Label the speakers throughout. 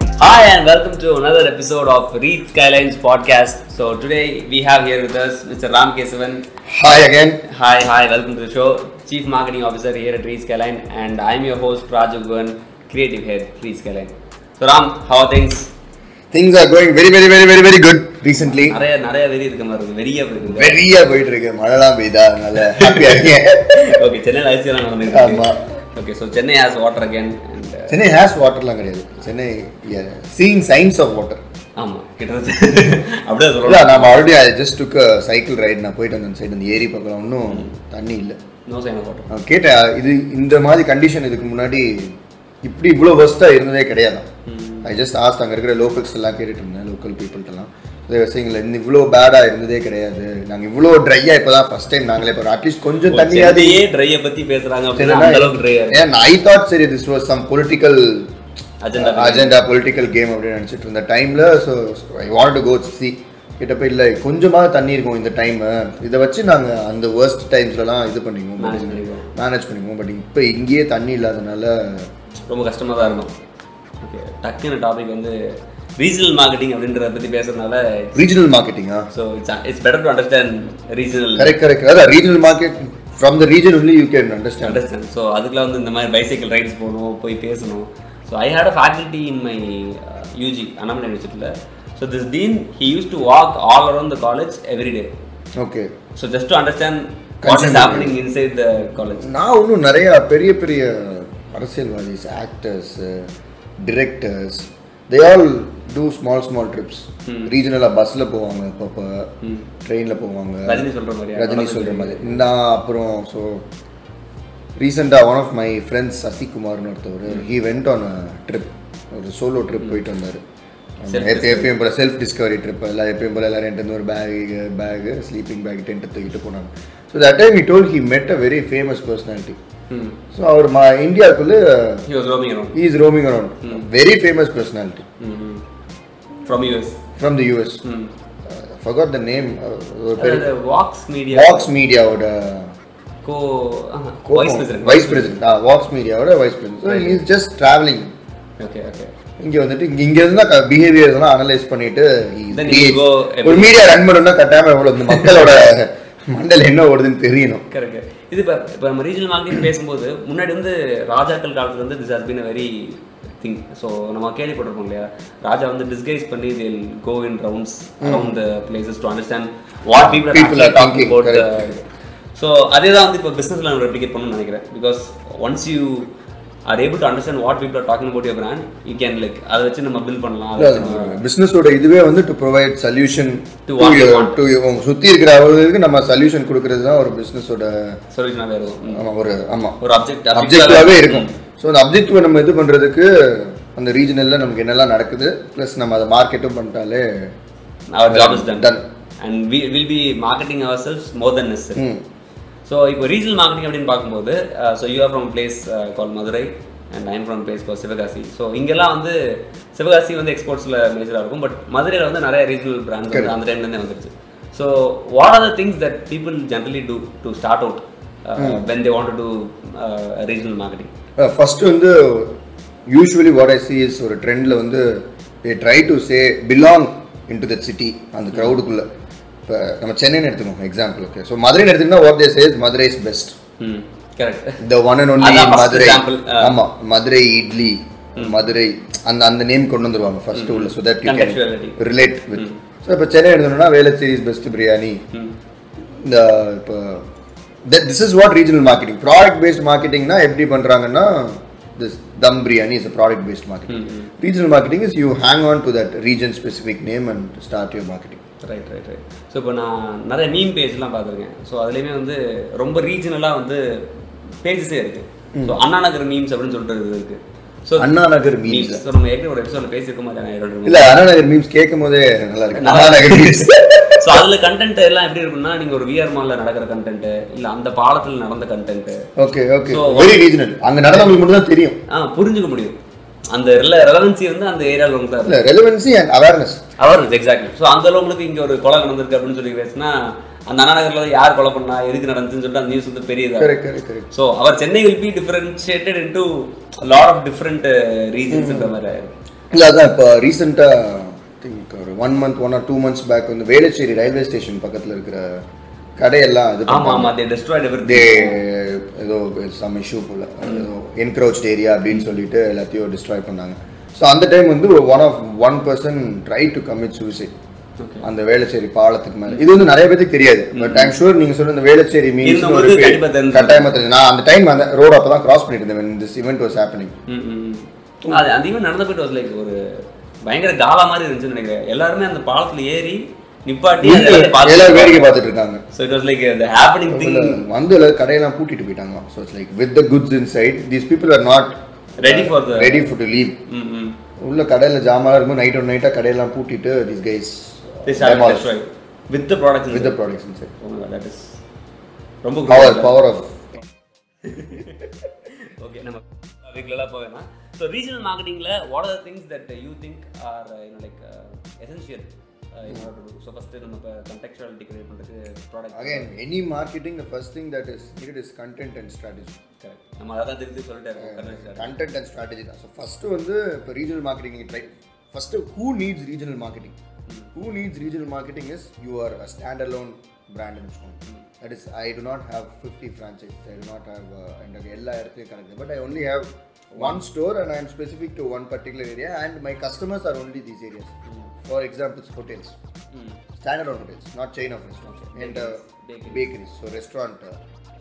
Speaker 1: and welcome to another episode of Read Skylines podcast. So today we have here with us Mr. Ram Kesavan.
Speaker 2: Hi again.
Speaker 1: Hi, hi, welcome to the show. Chief Marketing Officer here at Read Skyline, and I'm your host Raju Guhan, Creative Head Read Skyline. So Ram, how are things?
Speaker 2: Things are going very, very, very, very, very good recently.
Speaker 1: நிறைய நிறைய வெறி இருக்க மாதிரி இருக்கு வெறியா இருக்கு
Speaker 2: வெறியா போயிட்டு இருக்கு மழைலாம் பெய்தா நல்ல ஹாப்பியா இருக்கேன்
Speaker 1: ஓகே சென்னை ஐசியெல்லாம்
Speaker 2: ஆமா.
Speaker 1: நடந்துருக்கு okay so Chennai has water again and
Speaker 2: Chennai has வாட்டர்லாம் கிடையாது Chennai seeing signs of water
Speaker 1: ஆமா கிட்டத்தட்ட அப்படியே
Speaker 2: இல்லை
Speaker 1: சொல்லலாம்
Speaker 2: நம்ம already I just took cycle ride நான் போயிட்டு வந்தேன் சைடு அந்த ஏரி பக்கம் ஒன்றும் தண்ணி இல்லை
Speaker 1: நோ சைன் வாட்டர்
Speaker 2: நான் கேட்டேன் இது இந்த மாதிரி கண்டிஷன் இதுக்கு முன்னாடி இப்படி இவ்வளோ ஒர்ஸ்ட்டாக இருந்ததே கிடையாதான் ஐ ஜஸ்ட் ஆஸ்ட் அங்கே இருக்கிற லோக்கல்ஸ் எல்லாம் கேட்டுட்டு இருந்தேன் லோக்கல் பீப்புள்கிட்டலாம் இந்த விஷயங்கள் இந்த இவ்வளோ பேடாக இருந்ததே கிடையாது நாங்கள் இவ்வளோ ட்ரையாக இப்போ தான் ஃபஸ்ட் டைம் நாங்களே போகிறோம் அட்லீஸ்ட் கொஞ்சம் தண்ணியாவது
Speaker 1: தண்ணியாதையே ட்ரையை பத்தி பேசுறாங்க அப்படின்னா அந்த அளவுக்கு ட்ரையா இருக்கு
Speaker 2: ஏன் ஐ தாட் சரி this was some political
Speaker 1: agenda
Speaker 2: agenda political game அப்படின்னு நினச்சிட்டு இருந்த டைமில் so I want to go C கிட்ட போய் இல்லை கொஞ்சமாக தண்ணி இருக்கும் இந்த டைம் இதை வச்சு நாங்கள் அந்த worst times லலாம் இது பண்ணிக்குவோம்
Speaker 1: மேனேஜ் பண்ணிக்குவோம்
Speaker 2: மேனேஜ் பண்ணிக்குவோம் பட் இப்போ இங்கேயே தண்ணி இல்லாதனால
Speaker 1: ரொம்ப கஷ்டமா தான் இருக்கும் ஓகே டக்குன்னு டாபிக் வந்து ரீஜனல் மார்க்கெட்டிங் அப்படின்றத பத்தி பேசுறதுனால
Speaker 2: ரீஜனல் மார்க்கெட்டிங்கா
Speaker 1: so it's it's better to understand regional
Speaker 2: correct correct அதான் regional market from the region only you can understand
Speaker 1: understand so அதுக்குலாம் வந்து இந்த மாதிரி பைசைக்கிள் ரைட்ஸ் போகணும் போய் பேசணும் so I had a faculty in my UG Annamalai யூனிவர்சிட்டியில் so this dean he use to walk all around the college every day
Speaker 2: okay
Speaker 1: so just to understand what is happening inside the college
Speaker 2: நான் இன்னும் நிறைய பெரிய பெரிய அரசியல்வாதிஸ் actors directors they all do small small trips ரீஜனலாக பஸ்ஸில் போவாங்க இப்போ ட்ரெயினில் போவாங்க
Speaker 1: ரஜினி சொல்ற மாதிரியா
Speaker 2: ரஜினி சொல்கிற மாதிரி நான் அப்புறம் ஸோ ரீசெண்டாக ஒன் ஆஃப் மை ஃப்ரெண்ட்ஸ் சசிகுமார்னு ஒருத்தவர் ஹீ வெண்ட் ஆன் ட்ரிப் ஒரு சோலோ ட்ரிப் போயிட்டு வந்தார் எப்பயும் போல செல்ஃப் டிஸ்கவரி ட்ரிப் எல்லாம் எப்பயும் போல எல்லாரும் என்கிட்ட இருந்து ஒரு bag bag sleeping bag tent தூக்கிட்டு போனாங்க so that time he told he met a very famous personality
Speaker 1: hmm
Speaker 2: so அவர் மா இந்தியாவுக்குள்ளே
Speaker 1: he was roaming around
Speaker 2: he is roaming around very famous personality
Speaker 1: hmm from US
Speaker 2: from the US
Speaker 1: hmm
Speaker 2: forgot the name uh, ஒரு பெரிய
Speaker 1: Vox media
Speaker 2: Vox மீடியாவோட
Speaker 1: co vice president
Speaker 2: vice president ah Vox மீடியாவோட vice president is just travelling
Speaker 1: okay okay
Speaker 2: இங்கே வந்துட்டு இங்கே இங்கே இருந்தால் behaviour எல்லாம் அனலைஸ் பண்ணிட்டு he
Speaker 1: Then
Speaker 2: creates-
Speaker 1: you go
Speaker 2: ஒரு மீடியா ரன் பண்ணணும்னா கட்டாயமாக எவ்வளோ இந்த மக்களோட மண்டல் என்ன ஓடுதுன்னு தெரியணும்
Speaker 1: கரெக்ட் இது இப்போ இப்போ நம்ம ரீஜனல் மார்க்கெட்டிங் பேசும்போது முன்னாடி வந்து ராஜாக்கள் காலத்துல இருந்து this has been very thing so நம்ம கேள்விப்பட்டிருக்கோம் இல்லையா ராஜா வந்து டிஸ்கைஸ் பண்ணி தில் go in rounds around the places to understand what
Speaker 2: People
Speaker 1: people
Speaker 2: are
Speaker 1: are talking
Speaker 2: thinking,
Speaker 1: about so அதே தான் வந்து இப்போ பிஸ்னஸில் நம்ம ரெப்ளிகேட் பண்ணணும்னு நினைக்கிறேன் because once you are able to understand what people are talking about your brand you can like அதை வச்சு நம்ம பில் பண்ணலாம் அதை வச்சு நம்ம-
Speaker 2: பிஸ்னஸோட இதுவே வந்து to provide solution
Speaker 1: To what you want.
Speaker 2: To சுற்றி இருக்கிற அவர்களுக்கு நம்ம சொல்யூஷன் கொடுக்கறது தான் ஒரு பிஸ்னஸோட
Speaker 1: சொல்யூஷனாகவே இருக்கும் ம்.
Speaker 2: ஒரு ஆமாம்
Speaker 1: ஒரு அப்ஜெக்ட்
Speaker 2: அப்ஜெக்டிவாகவே இருக்கும் ஸோ அந்த அப்ஜெக்டிவை நம்ம இது பண்ணுறதுக்கு அந்த ரீஜனலில் நமக்கு என்னெல்லாம் நடக்குது ப்ளஸ் நம்ம அதை மார்க்கெட்டும் பண்ணிட்டாலே
Speaker 1: our job is done.
Speaker 2: Done.
Speaker 1: And we will be marketing ourselves more than necessary.
Speaker 2: Hmm
Speaker 1: so இப்போ ரீஜனல் மார்க்கெட்டிங் அப்படின்னு பார்க்கும்போது uh, so you are from place call Madurai and I'm from place call Sivakasi so இங்கெல்லாம் வந்து சிவகாசி வந்து எக்ஸ்போர்ட்ஸில் மேஜராக இருக்கும் but மதுரையில் வந்து நிறைய ரீஜனல் பிராண்ட் வந்து அந்த டைம்லேருந்தே வந்துருச்சு so what are the things that people generally do to start out when they want to uh, regional marketing
Speaker 2: first Uh, வந்து usually what I see is ஒரு ட்ரெண்டில் வந்து they try to say belong in to that city அந்த க்ரௌடுக்குள்ளே இப்போ நம்ம சென்னைன்னு எடுத்துக்கோங்க எக்ஸாம்பிளுக்கு ஸோ மதுரைன்னு எடுத்துக்கிட்டா what they say Madurai is best
Speaker 1: ம் correct
Speaker 2: the one and only
Speaker 1: அதான் first
Speaker 2: Madurai
Speaker 1: example. uh, ah.
Speaker 2: ஆமாம் மதுரை இட்லி மதுரை அந்த அந்த நேம் கொண்டு வந்துருவாங்க ஃபர்ஸ்ட் உள்ள so that you can
Speaker 1: Contextuality.
Speaker 2: Relate with so இப்போ சென்னை எடுத்தோம்னா வேலச்சேரி இஸ் பெஸ்ட் பிரியாணி இந்த இப்போ this is what regional marketing product based மார்க்கெட்டிங்னா எப்படி பண்ணுறாங்கன்னா this dum biryani is product based marketing regional marketing is you hang on to that region specific name and start your marketing
Speaker 1: right right right so இப்போ நான் நிறைய meme பேஜ்லாம் பார்த்துருக்கேன் so அதுலேயுமே வந்து ரொம்ப ரீஜனலாக வந்து பேஜஸே இருக்கு ஸோ அண்ணா நகர் மீம்ஸ் அப்படின்னு சொல்லிட்டு இது இருக்கு so
Speaker 2: Anna Nagar memes
Speaker 1: memes so நம்ம ஏற்கனவே ஒரு எபிசோட பேசியிருக்க மாதிரி
Speaker 2: இல்லை அண்ணா நகர் மீம்ஸ் கேட்கும் போதே நல்லா இருக்கு அண்ணா நகர் மீம்ஸ்
Speaker 1: ஸோ அதில் கண்டென்ட் எல்லாம் எப்படி இருக்குன்னா நீங்கள் ஒரு விஆர் மாலில் நடக்கிற கண்டென்ட்டு இல்லை அந்த பாலத்தில் நடந்த content
Speaker 2: okay okay very regional அங்கே நடந்தவங்களுக்கு மட்டும் தான் தெரியும்
Speaker 1: ஆ புரிஞ்சுக்க முடியும் அந்த ரெலவன்சி வந்து அந்த ஏரியாவில் உங்களுக்கு தான்
Speaker 2: இல்லை ரெலவென்சி அண்ட் அவேர்னஸ்
Speaker 1: அவர் எக்ஸாக்ட்லி ஸோ அந்த உங்களுக்கு இங்கே ஒரு கொலை நடந்திருக்கு அப்படின்னு சொல்லி பேசினா அந்த அண்ணா நகரில் யார் கொலை பண்ணா எதுக்கு நடந்துச்சுன்னு சொல்லிட்டு அந்த நியூஸ் வந்து பெரியதாக
Speaker 2: correct correct correct
Speaker 1: so our Chennai will be differentiated into lot of different ரீஜன்ஸ்ன்ற uh, மாதிரி ஆயிரும்
Speaker 2: இல்லை அதான் இப்போ ரீசெண்டாக திங்க் ஒரு one month one or two months back வந்து வேளச்சேரி ரயில்வே ஸ்டேஷன் பக்கத்தில் இருக்கிற கடையெல்லாம் இது
Speaker 1: ஆமா ஆமா தே டிஸ்ட்ராய்ட்
Speaker 2: தே
Speaker 1: எவ்ரி
Speaker 2: ஏதோ சம் இஷ்யூ போல் ஏதோ என்க்ரோச்ட் ஏரியா அப்படின்னு சொல்லிட்டு எல்லாத்தையும் டிஸ்ட்ராய் பண்ணாங்க ஸோ அந்த டைம் வந்து one of one person try to commit suicide
Speaker 1: Okay.
Speaker 2: அந்த வேளச்சேரி பாலத்துக்கு மேல இது வந்து நிறைய பேருக்கு தெரியாது பட் ஐம் ஷூர் நீங்க சொன்ன இந்த வேளச்சேரி மீன்ஸ்
Speaker 1: இருந்தவங்களுக்கு கண்டிப்பா தெரிஞ்சிருக்கும்.
Speaker 2: கட்டாயமா தெரிஞ்சு நான் அந்த டைம் அந்த ரோடு அப்பதான் கிராஸ் பண்ணிட்டு இருந்தேன் when this event was happening
Speaker 1: ம், ம், ம். Mm, அது அதிகமாக நடந்த போயிட்டு was like ஒரு பயங்கர காலா மாதிரி இருந்துச்சுன்னு நினைக்கிறேன் எல்லாருமே அந்த பாலத்துல ஏறி நிப்பாட்டி அந்த இடத்த
Speaker 2: எல்லாரும்
Speaker 1: பார்த்து
Speaker 2: வேடிக்கை பார்த்துட்டு இருக்காங்க
Speaker 1: so it was like the happening thing
Speaker 2: வந்து எல்லாரும் கடையெல்லாம் பூட்டிட்டு போயிட்டாங்க so it's like with the goods inside these people are not
Speaker 1: ready for the
Speaker 2: ready for to leave
Speaker 1: hmm hmm
Speaker 2: உள்ள கடையில ஜாமான் இருக்கும் நைட் ஒன் நைட்டாக கடையெல்லாம் பூட்டிட்டு this guys
Speaker 1: this happen with the product
Speaker 2: with the products inside
Speaker 1: that is ரொம்ப
Speaker 2: power power of
Speaker 1: okay நம்ம வீக்லலாம் போவேனா ஸோ ரீஜனல் மார்க்கெட்டிங்கில் what are things that you think are you know like essential uh, so first நம்ம இப்போ contextuality create பண்ணுறதுக்கு product
Speaker 2: again any marketing the first thing that is need is content and strategy
Speaker 1: correct நம்ம அதை தான் திருப்பி சொல்லிட்டே இருக்கோம் correct.
Speaker 2: கண்டென்ட் அண்ட் ஸ்ட்ராட்டஜி தான் ஸோ ஃபஸ்ட்டு வந்து இப்போ regional marketing try first who needs regional marketing who needs regional marketing is you are a stand alone பிராண்ட்னு வச்சுக்கோங்க that is I do not have fifty franchise I do not have எனக்கு uh, எல்லா இடத்துலையும் கணக்கு but I only have one store and I am specific to one particular area and my customers are only these areas for examples hotels
Speaker 1: hmm
Speaker 2: standalone hotels not chain of restaurants and
Speaker 1: Bakeries.
Speaker 2: Bakeries so restaurant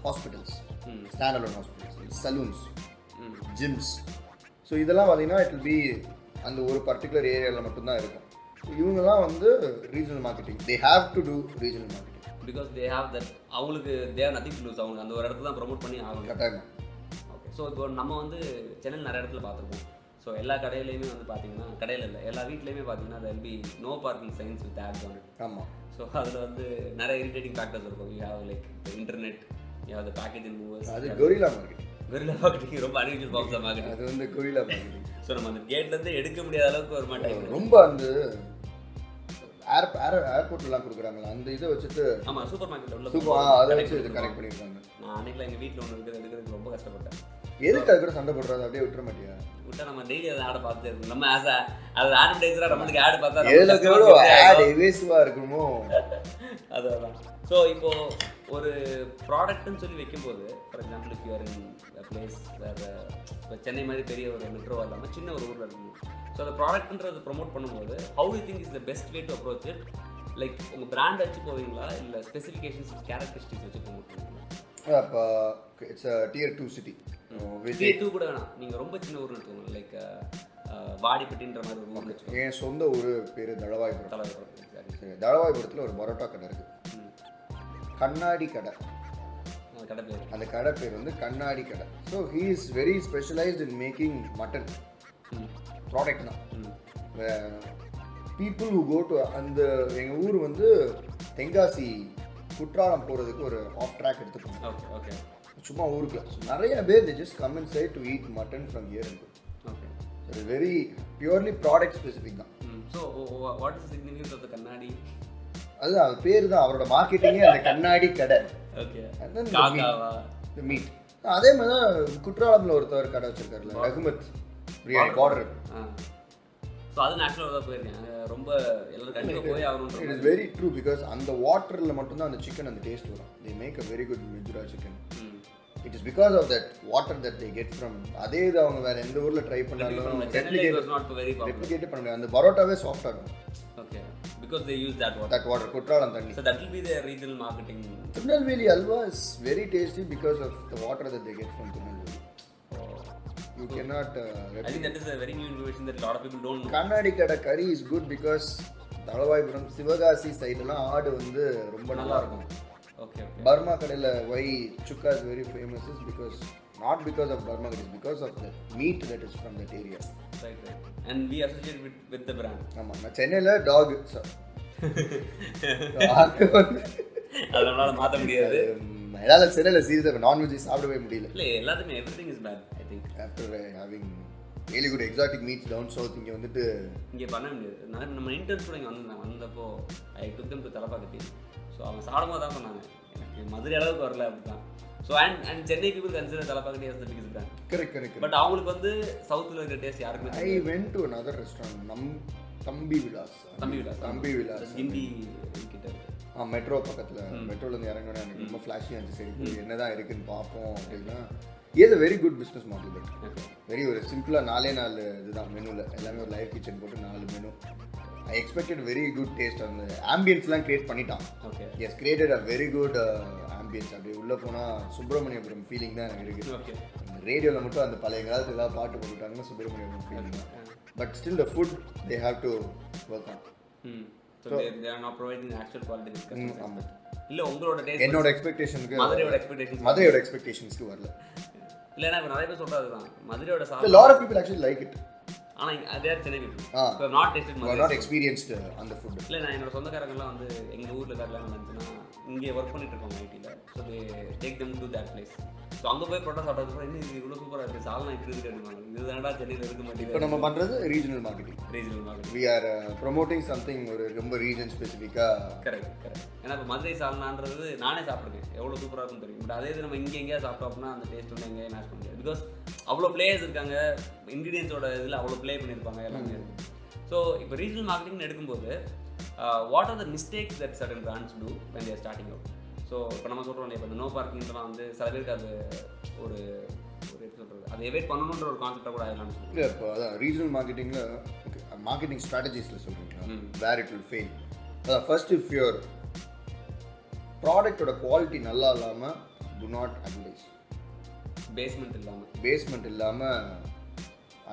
Speaker 2: hospitals
Speaker 1: hmm.
Speaker 2: Standalone hospitals salons
Speaker 1: hmm
Speaker 2: gyms so இதெல்லாம் பார்த்தீங்கன்னா it will be அந்த ஒரு particular ஏரியாவில் மட்டும்தான் இருக்கும் So இவங்கெல்லாம் வந்து regional marketing they have to do regional marketing
Speaker 1: because they have that அவங்களுக்கு they have nothing to lose அவங்க அந்த ஒரு இடத்துல தான் ப்ரோமோட் பண்ணி ஆகணும்
Speaker 2: கட்டாயம்
Speaker 1: ஓகே ஸோ இப்போ நம்ம வந்து சென்னையில் நிறைய இடத்துல பார்த்துருக்கோம் ஸோ எல்லா கடையிலையுமே வந்து பார்த்தீங்கன்னா கடையில் இல்லை எல்லா வீட்லையுமே பார்த்தீங்கன்னா there'll be no parking signs with apps on it
Speaker 2: ஆமாம்
Speaker 1: ஸோ அதில் வந்து நிறைய இரிட்டேட்டிங் ஃபேக்டர்ஸ் இருக்கும் you have like internet you have the packaging movers
Speaker 2: அது கொரிலா மார்க்கெட்டிங்
Speaker 1: வெரில மார்க்கெட்டிங் ரொம்ப அன்யூஜுவல் ஃபார்ம்ஸ் ஆஃப் மார்க்கெட்டிங்
Speaker 2: அது வந்து கொரிலா மார்க்கெட்டிங்
Speaker 1: ஸோ நம்ம அந்த கேட்லேருந்து எடுக்க முடியாத அளவுக்கு ஒரு மாட்டேங்குது
Speaker 2: ரொம்ப அந்த ஏர் ஏர் ஏர்போர்ட்லாம் கொடுக்குறாங்களா அந்த இதை வச்சுட்டு
Speaker 1: ஆமாம் சூப்பர் மார்க்கெட்டில் உள்ள
Speaker 2: சூப்பர்
Speaker 1: போகும்போது
Speaker 2: அதை
Speaker 1: connect
Speaker 2: வச்சு இது
Speaker 1: பண்ணுவோம்.
Speaker 2: கனெக்ட் பண்ணியிருக்காங்க
Speaker 1: நான் அன்னைக்குலாம் எங்கள் வீட்டில் ஒன்று இருக்குது எடுக்கிறதுக்கு ரொம்ப கஷ்டப்பட்டேன்
Speaker 2: எதுக்கு அது கூட சண்டை போடுறது அப்படியே விட்டுற மாட்டியா
Speaker 1: விட்டா நம்ம டெய்லி அதை ஆட பார்த்துட்டே இருக்கணும் நம்ம ஆஸ் அது ஆட்வர்டைஸராக நம்மளுக்கு ஆடு பார்த்தா நம்ம
Speaker 2: எதுக்கு
Speaker 1: customers
Speaker 2: எவ்வளோ
Speaker 1: கிட்ட
Speaker 2: ஆட் எவேசிவாக இருக்குமோ
Speaker 1: அதுதான் ஸோ இப்போ ஒரு ப்ராடக்ட்னு சொல்லி வைக்கும்போது for example if you're in place வேறு இப்போ uh, சென்னை மாதிரி பெரிய ஒரு மெட்ரோ இல்லாமல் சின்ன ஒரு ஊரில் இருக்கணும் ஸோ அந்த ப்ராடக்ட்ன்றதை ப்ரோமோட் பண்ணும்போது how you think is the best way to approach it like உங்கள் பிராண்ட் வச்சு போவீங்களா இல்லை ஸ்பெசிஃபிகேஷன்ஸ் கேரக்டரிஸ்டிக்ஸ் வச்சு ப்ரோமோட் பண்ணுவீங்களா
Speaker 2: அப்போ இட்ஸ் டியர் டூ சிட்டி
Speaker 1: இதே இது கூட வேணாம் நீங்கள் ரொம்ப சின்ன ஊர்னு வச்சுக்கோங்க லைக் uh, வாடிப்பட்டின்ற மாதிரி ஒரு ஊர்னு வச்சுக்கோங்க
Speaker 2: என் சொந்த ஊர் பேர் தளவாய்புரம்
Speaker 1: தலைவர் exactly.
Speaker 2: சரி, தளவாய்புரத்தில் ஒரு பரோட்டா கடை இருக்குது
Speaker 1: ம்.
Speaker 2: கண்ணாடி கடை
Speaker 1: அந்த கடை பேர்
Speaker 2: அந்த கடை பேர் வந்து Kannadi Kadai so he is very specialised in making mutton
Speaker 1: hmm
Speaker 2: product தான்
Speaker 1: hmm
Speaker 2: people who go to அந்த எங்கள் ஊர் வந்து தென்காசி குற்றாலம் போகிறதுக்கு ஒரு ஆஃப் ட்ராக் எடுத்துக்கணும்
Speaker 1: ஓகே ஓகே
Speaker 2: சும்மா ஊருக்கு நிறைய பேர் they just come inside to eat mutton from here and go
Speaker 1: okay
Speaker 2: it is very purely product specific தான்
Speaker 1: so what is significance of the Kannadi
Speaker 2: அதுதான் அது பேர் தான் அவரோட மார்க்கெட்டிங்கே அந்த கண்ணாடி கடை
Speaker 1: okay
Speaker 2: And then the meat.
Speaker 1: காக்காவா
Speaker 2: இந்த மீட் அதே மாதிரி தான் குற்றாலத்தில் ஒருத்தவர் கடை வச்சிருக்காருல Rahmath biryani border
Speaker 1: so Ah. அது நேச்சுரலாக தான் போயிருக்கேன் அங்க ரொம்ப எல்லாரும் கண்டிப்பாக போய் ஆகணுன்ற
Speaker 2: இட்
Speaker 1: மாதிரி.
Speaker 2: இஸ் வெரி ட்ரூ பிகாஸ் அந்த வாட்டரில் மட்டும்தான் அந்த சிக்கன் அந்த டேஸ்ட் வரும் they make a very good மெஜுரா chicken
Speaker 1: hmm.
Speaker 2: It is because of that water that they get from அதே இது அவங்க வேற எந்த ஊரில் ட்ரை
Speaker 1: இப்போ
Speaker 2: பண்ணாலும்
Speaker 1: நம்ம சென்னையில் it Hmm. was not very popular.
Speaker 2: Replicate பண்ண முடியாது அந்த பரோட்டாவே சாஃப்டாக இருக்கும்
Speaker 1: Okay. Because they use that water.
Speaker 2: That water Courtallam தண்ணி
Speaker 1: So that will be their regional marketing.
Speaker 2: Tirunelveli halwa is very tasty because of the water that they get from Tirunelveli you K not
Speaker 1: I think that is a very new information that a lot of people don't know.
Speaker 2: uh, கண்ணாடி கடை கறி is good because Thalavaipuram Sivakasi சைடுலாம் ஆடு வந்து ரொம்ப நல்லா இருக்கும்
Speaker 1: Okay, okay.
Speaker 2: Burma கடையில் why sukka is very famous is because not because of Burma கடை because of the meat that is from that area
Speaker 1: Right, right. And we associate with, with the brand.
Speaker 2: ஆமாம் நான் சென்னையில் talk talk வந்து um,
Speaker 1: அது நம்மளால மாற்ற முடியாது
Speaker 2: என்னால் சென்னையில் சீரியஸாக நான்வெஜ் சாப்பிடவே முடியல
Speaker 1: இல்லை எல்லாத்துமே everything is bad I think
Speaker 2: after having very good exotic meats down south இங்கே வந்துட்டு
Speaker 1: இங்கே பண்ண முடியாது நான் நம்ம இன்டர்ன்ஸ் கூட இங்கே வந்திருந்தாங்க வந்தப்போ I took them to Thalappakatti so அவங்க சாப்பிடும்போது தான் சொன்னாங்க எனக்கு மதுரை அளவுக்கு வரல அப்படிதான் so and and Chennai people consider Thalappakatti as the biggest brand
Speaker 2: correct correct
Speaker 1: but அவங்களுக்கு வந்து சவுத்தில் இருக்கிற டேஸ்ட் யாருக்குமே
Speaker 2: I went to another restaurant நம் தம்பி விலாஸ்
Speaker 1: தம்பி விலாஸ்.
Speaker 2: தம்பி விலாஸ்
Speaker 1: கிண்டி கிட்ட இருக்கு.
Speaker 2: ஆ மெட்ரோ பக்கத்தில் மெட்ரோலேருந்து இறங்கினோட எனக்கு ரொம்ப ஃப்ளாஷியாக இருந்துச்சு சரி போய் என்னதான் இருக்குன்னு பார்ப்போம் அப்படின்னா is a very good business model but very ஒரு சிம்பிளாக நாலே நாலு இதுதான் மெனுவில் எல்லாமே ஒரு லைவ் கிச்சன் போட்டு நாலு menu I expected very good taste அந்த ஆம்பியன்ஸ்லாம் கிரியேட் பண்ணிட்டான்
Speaker 1: okay
Speaker 2: yes created a very good ambience அப்படி உள்ளே போனால் சுப்பிரமணியபுரம் ஃபீலிங் தான் எனக்கு இருக்குது
Speaker 1: ஓகே
Speaker 2: ரேடியோவில் மட்டும் அந்த பழைய காலத்துல ஏதாவது பாட்டு போட்டுட்டாங்கன்னா சுப்பிரமணியபுரம் ஃபீலிங் தான் but still the food they have to work on
Speaker 1: hmm so they're not providing actual quality discussion
Speaker 2: ஆமாம்
Speaker 1: இல்லை உங்களோட டேஸ்ட்
Speaker 2: என்னோட எக்ஸ்பெக்டேஷனுக்கு
Speaker 1: மதுரையோட எக்ஸ்பெக்டேஷன்
Speaker 2: மதுரையோட எக்ஸ்பெக்டேஷன்ஸ்க்கு வரல
Speaker 1: இல்லைன்னா இப்போ நிறைய பேர் சொல்கிறது தான் மதுரையோட சாப்பிட்டு
Speaker 2: lot of people actually like it
Speaker 1: ஆனால் அதே சென்னை பீப்புள்
Speaker 2: ஆ.
Speaker 1: இப்போ not taste Madurai
Speaker 2: not experienced அந்த ஃபுட்
Speaker 1: இல்லை நான் என்னோட சொந்தக்காரங்கலாம் வந்து எங்கள் ஊரில் கல்யாணம் நடந்துச்சுன்னா இங்கே ஒர்க் பண்ணிட்டு இருக்கோம் ஐடியில் so take them to that place so அங்கே போய் பரோட்டா சாப்பிட்டதுக்கு இன்னும் இது இவ்வளோ சூப்பராக இருக்குது சாலை நான் இப்படி இருக்கு அப்படிம்பாங்க இதுதான்டா சென்னையில் இருக்க
Speaker 2: இப்போ
Speaker 1: மாட்டேங்குது
Speaker 2: நம்ம பண்ணுறது regional marketing
Speaker 1: regional market
Speaker 2: we are promoting something uh, ஒரு ரொம்ப ரீஜன் ஸ்பெசிஃபிக்காக
Speaker 1: கரெக்ட் கரெக்ட் ஏன்னா இப்போ மதுரை சால்னான்றது நானே சாப்பிடுவேன் எவ்வளோ சூப்பராக இருக்கும் தெரியும் பட் அதே இது நம்ம இங்கே எங்கேயா சாப்பிட்டோம்னா அந்த டேஸ்ட் வந்து எங்கேயும் மேட்ச் பண்ண முடியாது பிகாஸ் அவ்வளோ பிளேயர்ஸ் இருக்காங்க இன்க்ரீடியன்ஸோட இதில் அவ்வளோ ப்ளே பண்ணியிருப்பாங்க எல்லாமே ஸோ இப்போ ரீஜனல் மார்க்கெட்டிங் எடுக்கும்போது uh, what are the mistakes that sudden brands do when they're starting out so இப்போ நம்ம சொல்கிறோம் இல்லையா இப்போ இந்த நோ பார்க்கிங்லாம் வந்து சில பேருக்கு அது ஒரு ஒரு எப்படி சொல்கிறது அதை எவேட் பண்ணணுன்ற ஒரு கான்செப்டாக கூட ஆகலாம்னு சொல்லுவோம்
Speaker 2: இல்லை இப்போ அதான் ரீஜனல் மார்க்கெட்டிங்கில் மார்க்கெட்டிங் ஸ்ட்ராட்டஜிஸில் சொல்கிறீங்களா வேர் இட் வில் ஃபெயில் அதான் ஃபர்ஸ்ட் இஃப் யுவர் ப்ராடக்டோட குவாலிட்டி நல்லா இல்லாமல் டு நாட் அட்வர்டைஸ்
Speaker 1: பேஸ்மெண்ட் இல்லாமல்
Speaker 2: பேஸ்மெண்ட் இல்லாமல்